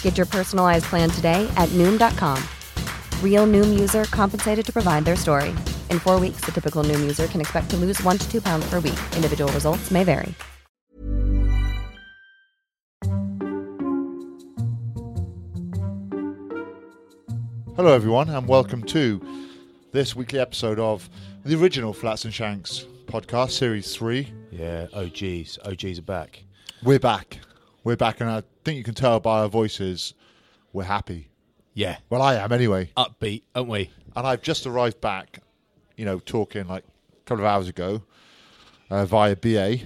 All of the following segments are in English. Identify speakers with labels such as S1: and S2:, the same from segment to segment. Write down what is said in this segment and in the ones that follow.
S1: Get your personalized plan today at Noom.com. Real Noom user compensated to provide their story. In four weeks, the typical Noom user can expect to lose one to two pounds per week. Individual results may vary.
S2: Hello, everyone, and welcome to this weekly episode of the original Flats and Shanks podcast, series three.
S3: Yeah, OGs. OGs are back.
S2: We're back. We're back, and I think you can tell by our voices, we're happy.
S3: Yeah.
S2: Well, I am anyway.
S3: Upbeat, aren't we?
S2: And I've just arrived back, you know, talking like a couple of hours ago uh, via BA.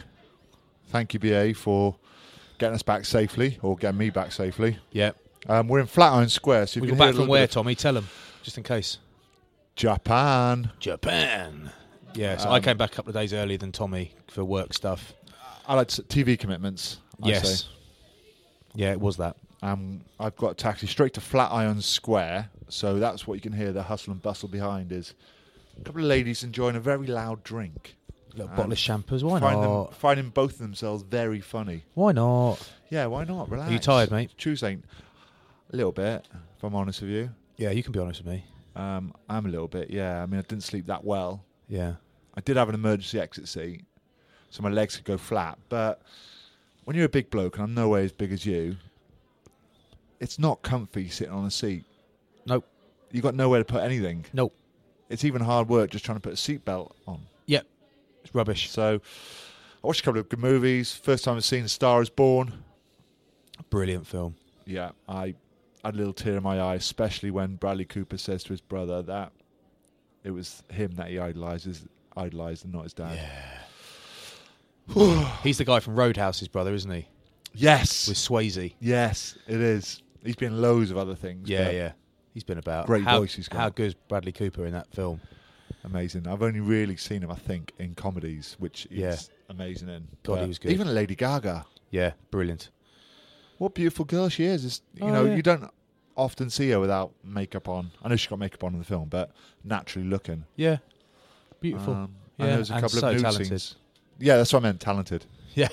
S2: Thank you, BA, for getting us back safely or getting me back safely.
S3: Yeah.
S2: Um, we're in Flatiron Square, so you
S3: We
S2: can
S3: got
S2: hear a
S3: back from
S2: little
S3: where,
S2: bit of
S3: Tommy? Tell them, just in case.
S2: Japan.
S3: Japan. Yeah, so I
S2: Um,
S3: came back a couple of days earlier than Tommy for work stuff.
S2: I like to- TV commitments. I
S3: yes.
S2: say.
S3: Yeah, it was that.
S2: Um, I've got a taxi straight to Flatiron Square, so that's what you can hear the hustle and bustle behind is a couple of ladies enjoying a very loud drink.
S3: Little
S2: Um,
S3: bottle of shampoos. Why
S2: Find
S3: not?
S2: Them, finding both of themselves very funny.
S3: Why not?
S2: Yeah, why not? Relax.
S3: tired, mate?
S2: Tuesday, a little bit. If I'm honest with you,
S3: Yeah, you can be honest with me.
S2: um, I'm a little bit. Yeah, I mean, I didn't sleep that well.
S3: Yeah.
S2: I did have an emergency exit seat, so my legs could go flat. But when you're a big bloke, and I'm nowhere as big as you, it's not comfy sitting on a seat.
S3: Nope.
S2: You've got nowhere to put anything.
S3: Nope.
S2: It's even hard work just trying to put a seatbelt on.
S3: Yep. It's rubbish.
S2: So I watched a couple of good movies. First time I've seen Star is Born.
S3: Brilliant film.
S2: yeah, I had a little tear in my eye, especially when Bradley Cooper says to his brother that it was him that he idolizes, idolized, and not his dad.
S3: He's the guy from Roadhouse's brother, isn't he?
S2: Yes,
S3: With Swayze.
S2: yes, it is. He's been in loads of other things.
S3: Yeah,
S2: but
S3: yeah. He's been about.
S2: Great
S3: how,
S2: voice he's got.
S3: How good's Bradley Cooper in that film?
S2: amazing. I've only really seen him, I think, in comedies, which is
S3: Yeah.
S2: amazing. In
S3: God, he
S2: But
S3: was good.
S2: Even Lady Gaga,
S3: Yeah, brilliant.
S2: what beautiful girl she is! It's, you
S3: Oh,
S2: know,
S3: yeah.
S2: you don't often see her without makeup on. I know she's got makeup on in the film, but naturally looking.
S3: Yeah. Beautiful.
S2: Um,
S3: yeah,
S2: and there was a couple of
S3: so
S2: nude
S3: talented.
S2: scenes. Yeah, that's what I meant. Talented.
S3: Yeah.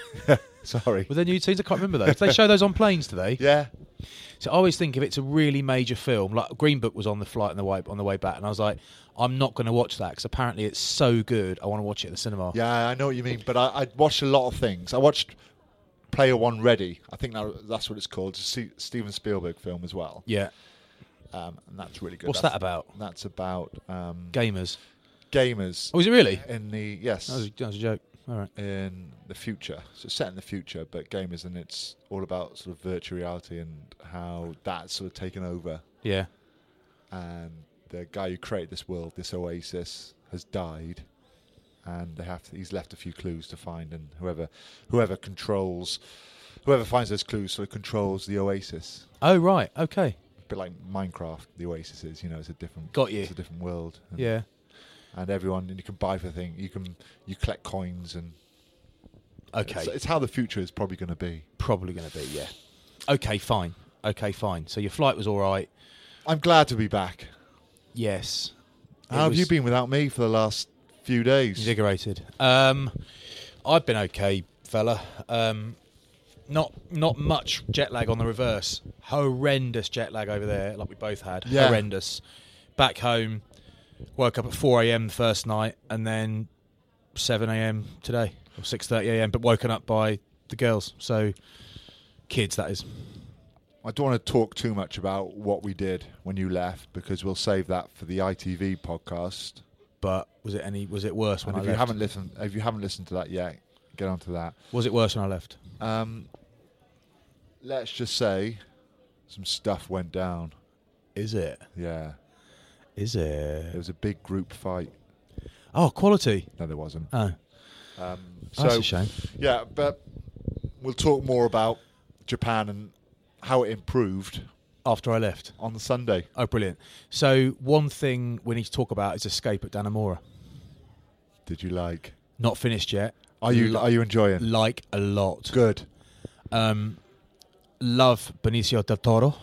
S2: Sorry.
S3: Were there nude scenes? I can't remember those. Did they show those on planes today?
S2: Yeah.
S3: So I always think if it's a really major film, like Green Book was on the flight on the way on the way back, and I was like, I'm not going to watch that because apparently it's so good. I want to watch it at the cinema.
S2: Yeah, I know what you mean, but I, I watched a lot of things. I watched Player One Ready. I think that, that's what it's called. It's a Se- Steven Spielberg film as well.
S3: Yeah.
S2: Um, and that's really good.
S3: What's
S2: That's-
S3: that about?
S2: That's about um,
S3: Gamers.
S2: gamers
S3: Oh, is it really?
S2: in the yes
S3: That was, a- that was a joke. All right.
S2: in the future. So it's set in the future, but gamers, and it's all about sort of virtual reality and how that's sort of taken over.
S3: Yeah.
S2: And the guy who created this world, this oasis, has died. and they have to, he's left a few clues to find, and whoever whoever controls whoever finds those clues sort of controls the oasis.
S3: Oh right. Okay.
S2: A bit like Minecraft, the oasis is you know it's a different
S3: Got you.
S2: it's a different world. And,
S3: Yeah.
S2: and everyone and you can buy for things. You can you collect coins and
S3: Okay.
S2: it's, it's how the future is probably going to be.
S3: Probably going to be. Yeah. Okay. Fine. Okay. Fine. So your flight was all right.
S2: I'm glad to be back.
S3: Yes. It
S2: How have you
S3: was-
S2: been without me for the last few days?
S3: Invigorated. Um, I've been okay, fella. Um, Not not much jet lag on the reverse. Horrendous jet lag over there, like we both had.
S2: Yeah.
S3: Horrendous. Back home, woke up at 4 a.m. the first night, and then 7 a.m. today or 6:30 a.m. But woken up by the girls, so kids. That is.
S2: I don't want to talk too much about what we did when you left because we'll save that for the ITV podcast.
S3: But was it any? Was it worse when
S2: And if
S3: I
S2: you
S3: left?
S2: haven't listened, if you haven't listened to that yet, get onto that.
S3: was it worse when I left?
S2: Um, let's just say some stuff went down.
S3: Is it?
S2: Yeah,
S3: Is
S2: it
S3: it?
S2: was a big group fight.
S3: Oh, quality.
S2: No, there wasn't.
S3: Oh,
S2: Um, so
S3: that's a shame.
S2: yeah, but we'll talk more about Japan and how it improved
S3: After I left.
S2: on the Sunday.
S3: Oh, brilliant. So, one thing we need to talk about is Escape at Danamora.
S2: Did you like?
S3: Not finished yet.
S2: Are you
S3: L-
S2: are you enjoying?
S3: like a lot?
S2: Good.
S3: Um, love Benicio del Toro.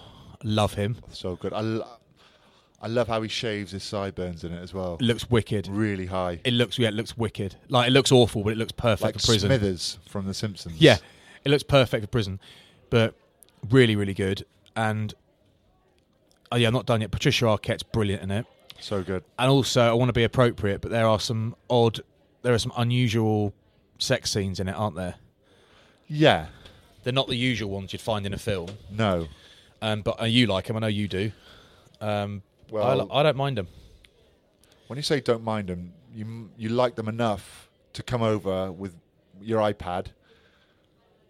S3: Love him.
S2: So good. I, lo- I love how he shaves his sideburns in it as well.
S3: Looks wicked.
S2: Really high.
S3: It looks yeah, it looks wicked. Like it looks awful, but it looks perfect
S2: Like
S3: for prison.
S2: Smithers from The Simpsons.
S3: Yeah, it looks perfect for prison, but really, really good. And oh yeah, I'm not done yet. Patricia Arquette's brilliant in it.
S2: So good.
S3: and also I want to be appropriate, but there are some odd, there are some unusual sex scenes in it, aren't there?
S2: Yeah.
S3: They're not the usual ones you'd find in a film,
S2: No.
S3: um, but uh, you like them. I know you do. Um, well, I,
S2: Well-
S3: li- I don't mind them.
S2: When you say don't mind them, you m- you like them enough to come over with your iPad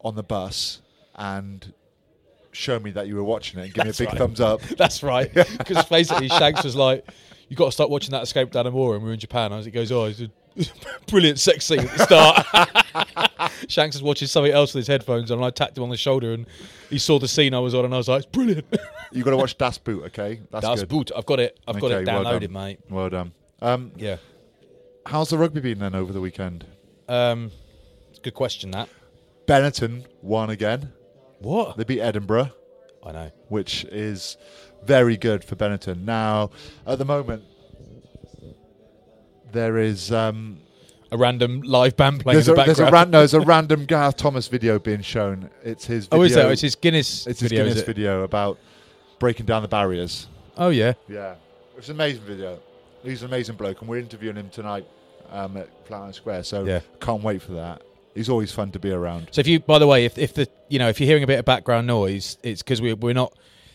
S2: on the bus and show me that you were watching it and give
S3: That's
S2: me a big
S3: right.
S2: thumbs up.
S3: That's right. Because basically, Shanks was like, "You got to start watching that Escape to Danamora," and we were in Japan. I was, it goes, "Oh, it's a brilliant sex scene at the start." Shanks was watching something else with his headphones on, and I tapped him on the shoulder, and he saw the scene I was on, and I was like, "It's brilliant."
S2: You got to watch Das Boot, okay? That's,
S3: That's
S2: good.
S3: boot. I've got it. I've got
S2: Okay,
S3: it
S2: well
S3: downloaded,
S2: done.
S3: mate.
S2: Well done. Um,
S3: Yeah.
S2: how's the rugby been then over the weekend?
S3: Um, it's a good question. That
S2: Benetton won again.
S3: what
S2: They beat Edinburgh.
S3: I know.
S2: which is very good for Benetton. Now, at the moment, there is um,
S3: A random live band playing in
S2: there's
S3: the
S2: a, there's a
S3: background.
S2: ran, no, there's a random Gareth Thomas video being shown. It's his video,
S3: oh, is that? It's his Guinness.
S2: it's his
S3: video, is
S2: Guinness
S3: it?
S2: video about breaking down the barriers.
S3: Oh yeah.
S2: Yeah, it's an amazing video. He's an amazing bloke, and we're interviewing him tonight um, at Flatiron Square. So
S3: Yeah.
S2: can't wait for that. He's always fun to be around.
S3: So if you, by the way, if, if the you know if you're hearing a bit of background noise, it's because we're we're not.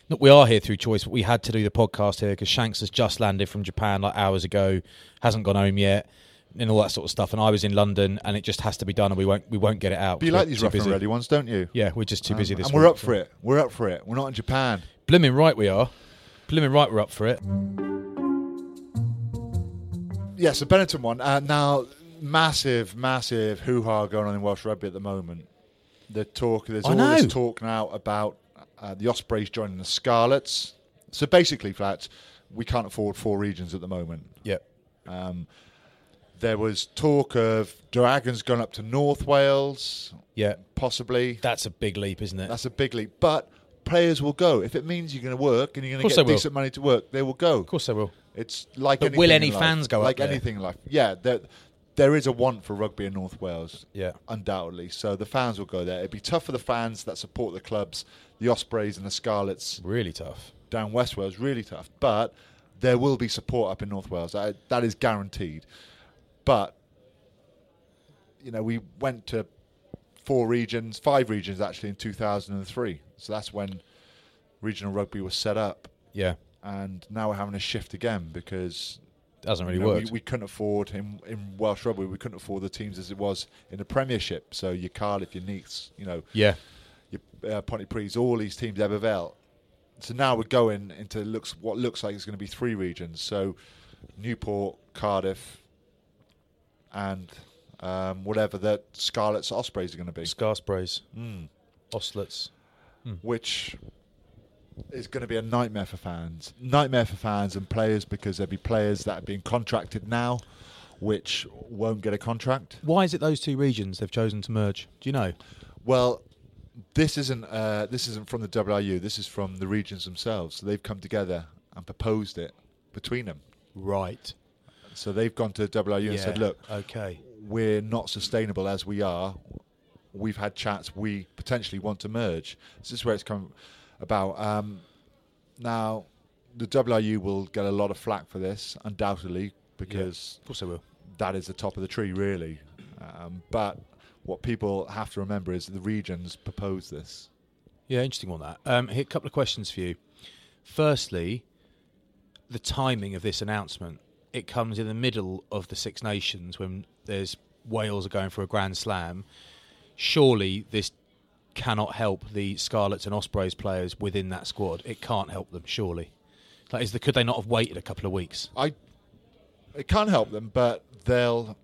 S3: not- We are here through choice, but we had to do the podcast here because Shanks has just landed from Japan like hours ago, hasn't gone home yet, and all that sort of stuff. And I was in London, and it just has to be done, and we won't we won't get it out.
S2: But you
S3: 'cause
S2: like
S3: we're
S2: these
S3: too
S2: rough and
S3: busy.
S2: ready ones, don't you?
S3: Yeah, we're just too busy this
S2: and we're
S3: week,
S2: up for it. We're up for it. We're not in Japan.
S3: Blooming right, we are. Blooming right, we're up for it.
S2: Yes, the Benetton one. Uh, now, massive, massive hoo ha going on in Welsh rugby at the moment. The talk, there's
S3: I
S2: all
S3: know.
S2: this talk now about uh, the Ospreys joining the Scarlets. So basically, flats, we can't afford four regions at the moment.
S3: Yep.
S2: There was talk of Dragons going up to North Wales,
S3: Yeah.
S2: possibly.
S3: That's a big leap, isn't it?
S2: That's a big leap. But players will go. If it means you're going to work and you're going
S3: course
S2: to get
S3: they will.
S2: decent money to work, they will go.
S3: of course they will.
S2: It's like
S3: But
S2: anything
S3: will
S2: in
S3: any
S2: life.
S3: fans go up
S2: like
S3: there?
S2: anything in life? Yeah, there, there is a want for rugby in North Wales,
S3: Yeah.
S2: undoubtedly. So the fans will go there. It'd be tough for the fans that support the clubs, the Ospreys and the Scarlets
S3: Really tough.
S2: down West Wales, really tough. But there will be support up in North Wales. That, that is guaranteed. But you know, we went to four regions, five regions actually in 2003. So that's when regional rugby was set up.
S3: Yeah.
S2: And now we're having a shift again because
S3: Doesn't really
S2: you know,
S3: work.
S2: We, we couldn't afford in, in Welsh rugby. We couldn't afford the teams as it was in the Premiership. So your Cardiff, your Neaths, you know,
S3: yeah.
S2: your uh, Pontypridd, all these teams, Ebervale. So now we're going into looks what looks like it's going to be three regions. So Newport, Cardiff, and um, whatever the Scarlets Ospreys are going to be,
S3: Scar sprays. Mm. Ostlets.
S2: which is going to be a nightmare for fans, nightmare for fans and players because there'll be players that are being contracted now, which won't get a contract.
S3: Why is it those two regions they've chosen to merge? Do you know?
S2: Well, this isn't uh, this isn't from the WRU. This is from the regions themselves. So they've come together and proposed it between them.
S3: Right.
S2: So they've gone to the WRU and said, "Look,
S3: Okay.
S2: we're not sustainable as we are. we've had chats we potentially want to merge. This is where it's come about. Um, now, the WIU will get a lot of flack for this, undoubtedly, because
S3: Of course they will.
S2: that is the top of the tree, really. Um, but what people have to remember is the regions proposed this.
S3: Yeah, interesting on that. Um, here, a couple of questions for you. Firstly, the timing of this announcement. It comes in the middle of the Six Nations when there's Wales are going for a Grand Slam. Surely this cannot help the Scarlets and Ospreys players within that squad. It can't help them. Surely, like, is the, could they not have waited a couple of weeks?
S2: I it can't help them, but they'll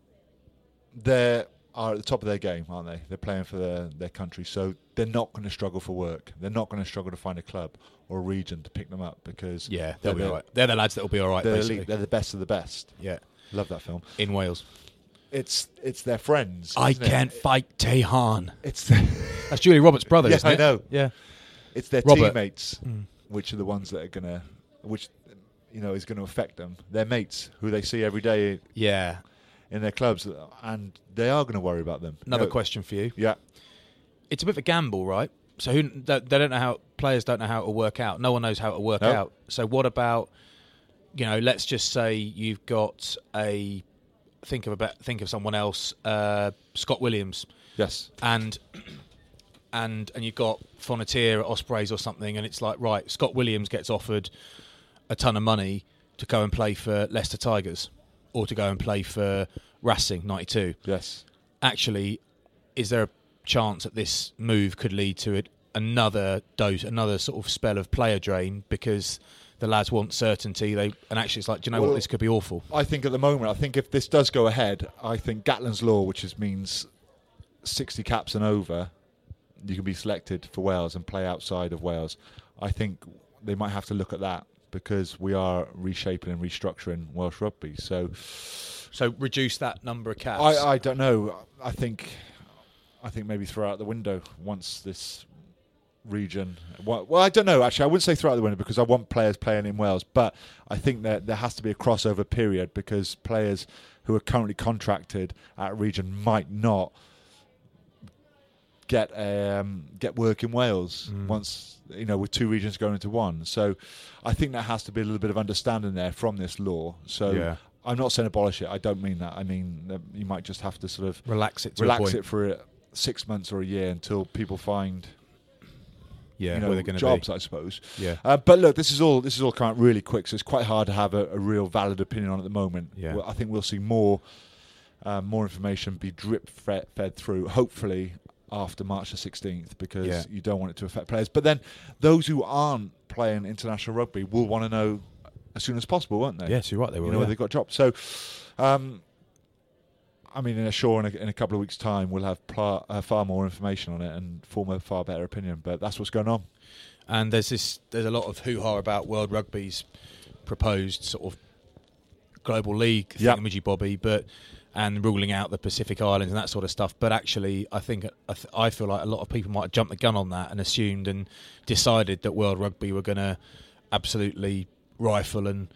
S2: they are at the top of their game, aren't they? They're playing for their, their country, so they're not going to struggle for work. They're not going to struggle to find a club or a region to pick them up because
S3: Yeah, they'll be
S2: the,
S3: all right. They're the lads that'll be all right,
S2: They're, elite.
S3: basically.
S2: they're the best of the best.
S3: yeah,
S2: Love that film.
S3: in Wales.
S2: It's it's their friends.
S3: I
S2: isn't it?
S3: can't fight Tehan.
S2: It's
S3: That's Julie Roberts' brother,
S2: Yeah,
S3: isn't
S2: I
S3: it?
S2: know.
S3: Yeah.
S2: it's their
S3: Robert. Hmm.
S2: teammates, which are the ones that are gonna, which you know is going to affect them. Their mates, who they see every day
S3: Yeah.
S2: in their clubs, and they are going to worry about them.
S3: Another
S2: You know,
S3: question for you.
S2: Yeah.
S3: It's a bit of a gamble, right? So who they they don't know how players don't know how it'll work out. No one knows how it'll work
S2: No.
S3: out. So what about you know? Let's just say you've got a think of a bet, think of someone else, uh, Scott Williams,
S2: Yes.
S3: and and and you've got Fonetier at Ospreys or something, and it's like right, Scott Williams gets offered a ton of money to go and play for Leicester Tigers or to go and play for Racing '92.
S2: Yes.
S3: actually, is there a chance that this move could lead to it, another dose, another sort of spell of player drain because the lads want certainty? They and actually, it's like, do you know what?
S2: Well-
S3: This could be awful.
S2: I think at the moment, I think if this does go ahead, I think Gatlin's law, which is means 60 caps and over, you can be selected for Wales and play outside of Wales. I think they might have to look at that because we are reshaping and restructuring Welsh rugby. So
S3: So reduce that number of caps.
S2: I, I don't know. I think I think maybe throw out the window once this region. Well, well, I don't know. Actually, I wouldn't say throw out the window because I want players playing in Wales, but I think that there has to be a crossover period because players who are currently contracted at region might not get um, get work in Wales once you know with two regions going into one. So I think there has to be a little bit of understanding there from this law. So
S3: Yeah.
S2: I'm not saying abolish it. I don't mean that. I mean that you might just have to sort of
S3: relax it. To a
S2: relax
S3: point.
S2: it for uh, six months or a year until people find
S3: Yeah,
S2: you
S3: where
S2: know
S3: they're going
S2: jobs,
S3: to
S2: I suppose.
S3: be. Yeah.
S2: Uh, but look, this is all this is all coming out really quick, so it's quite hard to have a, a real valid opinion on at the moment.
S3: Yeah.
S2: Well, I think we'll see more uh, more information be drip fed, fed through, hopefully after March the 16th, because
S3: Yeah.
S2: you don't want it to affect players. But then those who aren't playing international rugby will want to know as soon as possible, won't they?
S3: Yes, you're right. They
S2: you
S3: will.
S2: know, where
S3: yeah.
S2: they got dropped. So, um, I mean, in a sure, in a, in a couple of weeks' time, we'll have pla- uh, far more information on it and form a far better opinion. But that's what's going on.
S3: And there's this. There's a lot of hoo ha about World Rugby's proposed sort of global league
S2: Yep.
S3: thingamajig bobby, but and ruling out the Pacific Islands and that sort of stuff. But actually, I think I, th- I feel like a lot of people might have jumped the gun on that and assumed and decided that World Rugby were going to absolutely rifle and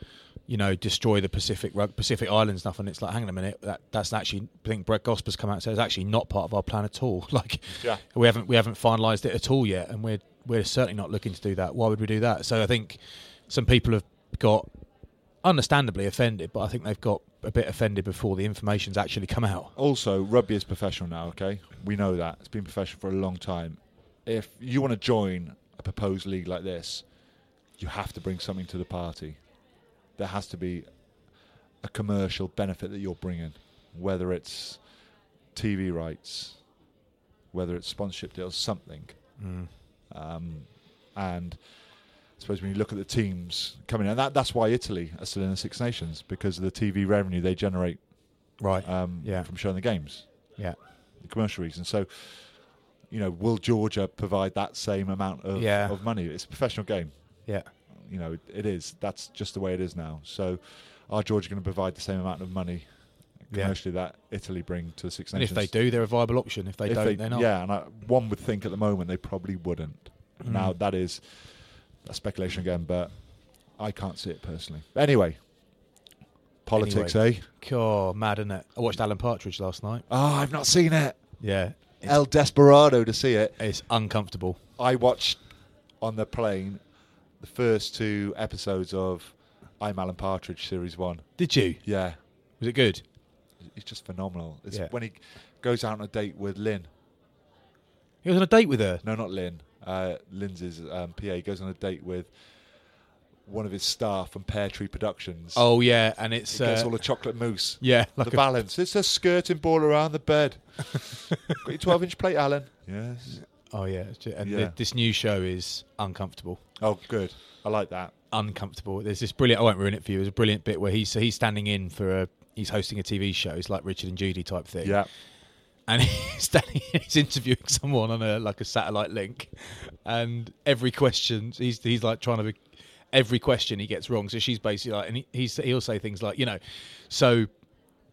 S3: you know destroy the Pacific rug- Pacific Island stuff. And it's like, hang on a minute, that, that's actually I think Brett Gosper's come out and said it's actually not part of our plan at all. like,
S2: Yeah.
S3: we haven't we haven't finalised it at all yet, and we're we're certainly not looking to do that. Why would we do that? So I think some people have got understandably offended, but I think they've got a bit offended before the information's actually come out.
S2: Also, rugby is professional now. Okay, we know that it's been professional for a long time. If you want to join a proposed league like this, you have to bring something to the party. There has to be a commercial benefit that you're bringing, whether it's TV rights, whether it's sponsorship deals, something. Um, and I suppose when you look at the teams coming in, that, that's why Italy are still in the Six Nations because of the TV revenue they generate
S3: Right.
S2: um,
S3: Yeah.
S2: from showing the games,
S3: yeah.
S2: the commercial reasons. So, you know, will Georgia provide that same amount of,
S3: Yeah.
S2: of money? It's a professional game.
S3: Yeah.
S2: You know, it, it is. That's just the way it is now. So, are Georgia going to provide the same amount of money
S3: Yeah.
S2: commercially that Italy bring to the Six
S3: And if
S2: Nations?
S3: they do, they're a viable option. If they
S2: If
S3: don't, they, are not.
S2: Yeah, and I, one would think at the moment they probably wouldn't.
S3: Mm.
S2: Now, that is a speculation again, but I can't see it personally. Anyway, politics, eh?
S3: God, mad, isn't it? I watched Alan Partridge last night.
S2: Oh, I've Ah, not seen it.
S3: Yeah.
S2: El Desperado to see it.
S3: It's uncomfortable.
S2: I watched on the plane the first two episodes of I'm Alan Partridge series one.
S3: Did you?
S2: Yeah,
S3: Was it good?
S2: it's just phenomenal. It's
S3: Yeah.
S2: when he goes out on a date with Lynn.
S3: He was on a date with her.
S2: No, not Lynn. Uh, Lynn's um, PA He goes on a date with one of his staff from Pear Tree Productions.
S3: Oh yeah, and it's
S2: He gets
S3: uh,
S2: all the chocolate mousse.
S3: yeah, like
S2: the
S3: a-
S2: balance. It's a skirting ball around the bed. Got your 12 inch plate, Alan. Yes.
S3: oh yeah, it's ju- and
S2: Yeah.
S3: th- this new show is uncomfortable.
S2: Oh, good. I like that.
S3: uncomfortable. There's this brilliant. I won't ruin it for you. There's a brilliant bit where he's so he's standing in for a he's hosting a TV show. It's like Richard and Judy type thing.
S2: Yeah.
S3: And he's standing. He's interviewing someone on a like a satellite link, and every question he's he's like trying to. Be, every question he gets wrong. So she's basically like, and he, he's he'll say things like, you know, so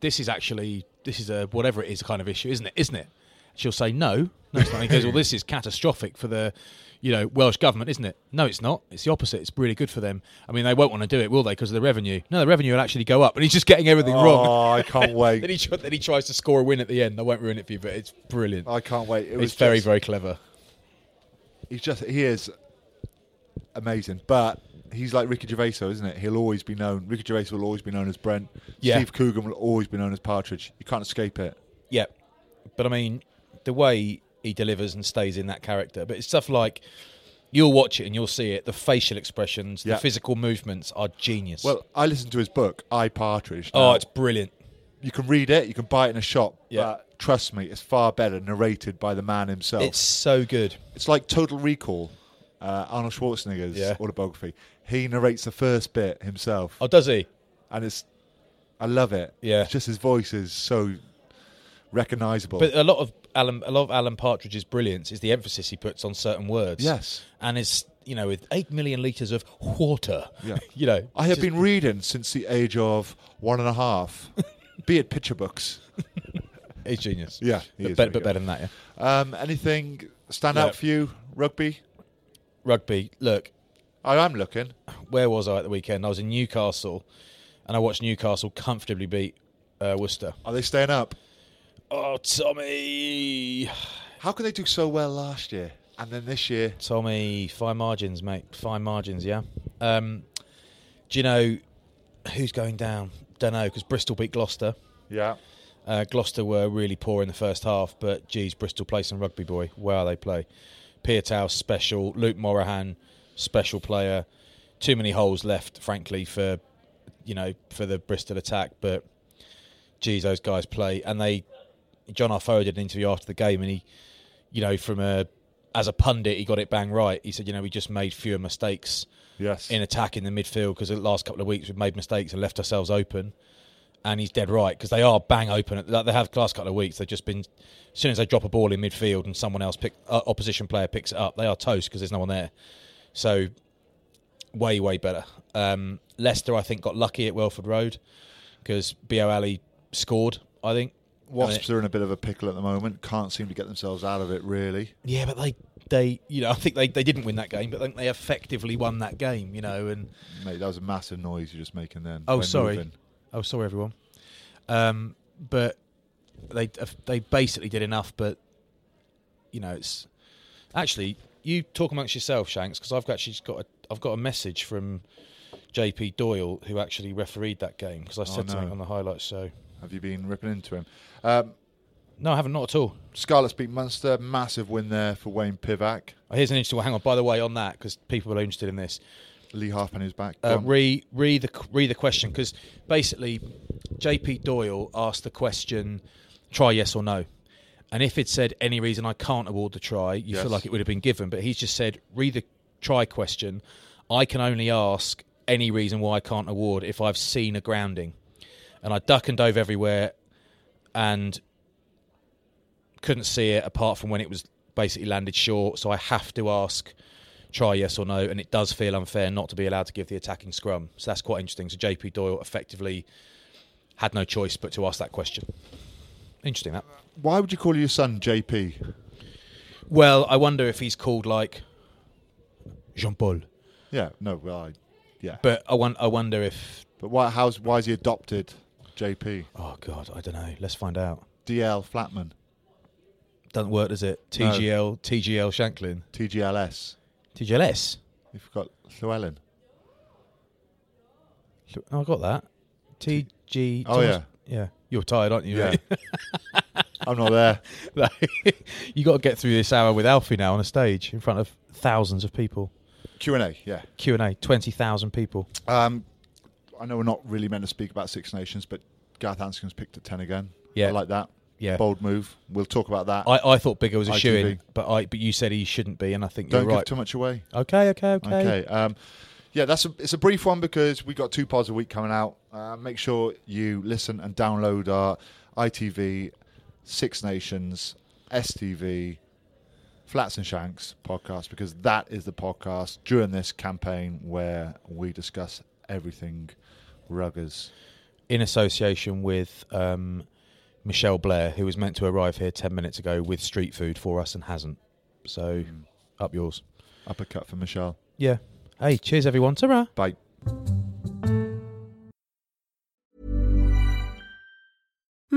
S3: this is actually this is a whatever it is kind of issue, isn't it? Isn't it? She'll say no. No, it's not. And he goes, well, this is catastrophic for the, you know, Welsh government, isn't it? No, it's not. It's the opposite. It's really good for them. I mean, they won't want to do it, will they? Because of the revenue. No, the revenue will actually go up. And he's just getting everything wrong.
S2: Oh, I can't
S3: Then he
S2: wait.
S3: tr- then he tries to score a win at the end. I won't ruin it for you, but it's brilliant.
S2: I can't wait. Oh, It was
S3: it's very
S2: just-
S3: very clever.
S2: He's just, he is amazing. But he's like Ricky Gervais, though, isn't it? He'll always be known. Ricky Gervais will always be known as Brent.
S3: Yeah.
S2: Steve Coogan will always be known as Partridge. You can't escape it.
S3: Yeah, but I mean, the way he delivers and stays in that character, but it's stuff like you'll watch it and you'll see it. The facial expressions,
S2: Yeah.
S3: the physical movements are genius.
S2: Well, uh, I listened to his book, I Partridge.
S3: oh,
S2: Now,
S3: it's brilliant.
S2: you can read it, you can buy it in a shop,
S3: Yeah.
S2: but trust me, it's far better narrated by the man himself.
S3: It's so good.
S2: It's like Total Recall, uh, Arnold Schwarzenegger's
S3: Yeah.
S2: autobiography. He narrates the first bit himself,
S3: Oh, does he?
S2: and it's I love it.
S3: Yeah.
S2: it's just his voice is so recognizable.
S3: But a lot of Alan, a lot of Alan Partridge's brilliance is the emphasis he puts on certain words.
S2: Yes.
S3: and it's you know with eight million liters of water.
S2: Yeah.
S3: you know,
S2: I have
S3: just-
S2: been reading since the age of one and a half, be it picture books.
S3: He's genius.
S2: Yeah, he
S3: but,
S2: is very
S3: better, but
S2: good.
S3: better than that. Yeah.
S2: Um, anything stand
S3: Yeah.
S2: out for you? Rugby.
S3: Rugby. Look,
S2: I am looking.
S3: where was I at the weekend? I was in Newcastle, and I watched Newcastle comfortably beat uh, Worcester.
S2: Are they staying up?
S3: Oh, Tommy,
S2: How can they do so well last year and then this year?
S3: Tommy, fine margins, mate, fine margins. Yeah. Um, do you know who's going down? Don't know because Bristol beat Gloucester.
S2: Yeah.
S3: Uh, Gloucester were really poor in the first half, but geez, Bristol play some rugby, boy. Wow, they play. Piatow special, Luke Morahan special player. Too many holes left, frankly, for you know for the Bristol attack. But geez, those guys play, and they. John Arfoa did an interview after the game, and he, you know, from a as a pundit, he got it bang right. He said, you know, we just made fewer mistakes
S2: Yes.
S3: in attack in the midfield because the last couple of weeks we've made mistakes and left ourselves open. And he's dead right because they are bang open. Like they have the last couple of weeks, they've just been. As soon as they drop a ball in midfield and someone else, pick, uh, opposition player picks it up, they are toast because there's no one there. So, way way better. Um, Leicester, I think, got lucky at Welford Road because Bo Ali scored. I think.
S2: Wasps are in a bit of a pickle at the moment. Can't seem to get themselves out of it, really.
S3: Yeah, but they they you know I think they, they didn't win that game, but I think they effectively won that game. You know, and
S2: Mate, that was a massive noise you're just making then.
S3: Oh,
S2: We're
S3: sorry.
S2: moving.
S3: Oh, sorry, everyone. Um, but they uh, they basically did enough. But you know, it's actually you talk amongst yourself, Shanks, because I've actually just got a, I've got a message from JP Doyle who actually refereed that game because I said
S2: Oh, no.
S3: something on the highlights show.
S2: Have you been ripping into him? Um,
S3: No, I haven't. Not at all.
S2: Scarlets beat Munster. Massive win there for Wayne Pivac.
S3: Oh, Here's an interesting. one. Hang on. By the way, on that because people are interested in this.
S2: Lee Halfpenny's back. Go
S3: Uh,
S2: on.
S3: re re the re the question because basically, JP Doyle asked the question, try yes or no, and if it said any reason I can't award the try, you
S2: Yes.
S3: feel like it would have been given. But he's just said read the try question. I can only ask any reason why I can't award if I've seen a grounding, and I duck and dove everywhere, and couldn't see it apart from when it was basically landed short. So I have to ask, try yes or no, and it does feel unfair not to be allowed to give the attacking scrum. So that's quite interesting. So JP Doyle effectively had no choice but to ask that question. Interesting that.
S2: Why would you call your son JP?
S3: Well, I wonder if he's called like Jean Paul,
S2: Yeah, no, well, I, yeah. But,
S3: but I want. I wonder if.
S2: why, how's, why is he adopted JP?
S3: Oh God, I don't know. Let's find out.
S2: DL Flatman.
S3: doesn't work, does it?
S2: No.
S3: TGL, TGL Shanklin,
S2: TGLS.
S3: TGLS.
S2: You've got Llewellyn.
S3: No, I got that. TG.
S2: Oh,
S3: Thomas- yeah. You're tired, aren't you?
S2: Yeah.
S3: mate?
S2: I'm not there.
S3: Like, you got to get through this hour with Alfie now on a stage in front of thousands of people.
S2: Q and A. Yeah.
S3: Q and A, twenty thousand people.
S2: Um, I know we're not really meant to speak about Six Nations, but Garth Anscombe's picked at ten again.
S3: Yeah.
S2: I like that.
S3: Yeah.
S2: Bold move. We'll talk about that.
S3: I, I thought Bigger was a
S2: ITV.
S3: shoe in, but I but you said he shouldn't be, and I think
S2: Don't
S3: you're
S2: give
S3: right.
S2: too much away.
S3: okay, okay, okay,
S2: Okay. Um, yeah, that's a, it's a brief one because we got two pods a week coming out. Uh, make sure you listen and download our ITV, Six Nations, STV, Flats and Shanks podcast because that is the podcast during this campaign where we discuss everything ruggers.
S3: In association with um, Michelle Blair, who was meant to arrive here ten minutes ago with street food for us and hasn't. So,
S2: Mm.
S3: up yours.
S2: Uppercut for Michelle.
S3: Yeah. Hey, cheers everyone. Ta-ra.
S2: Bye.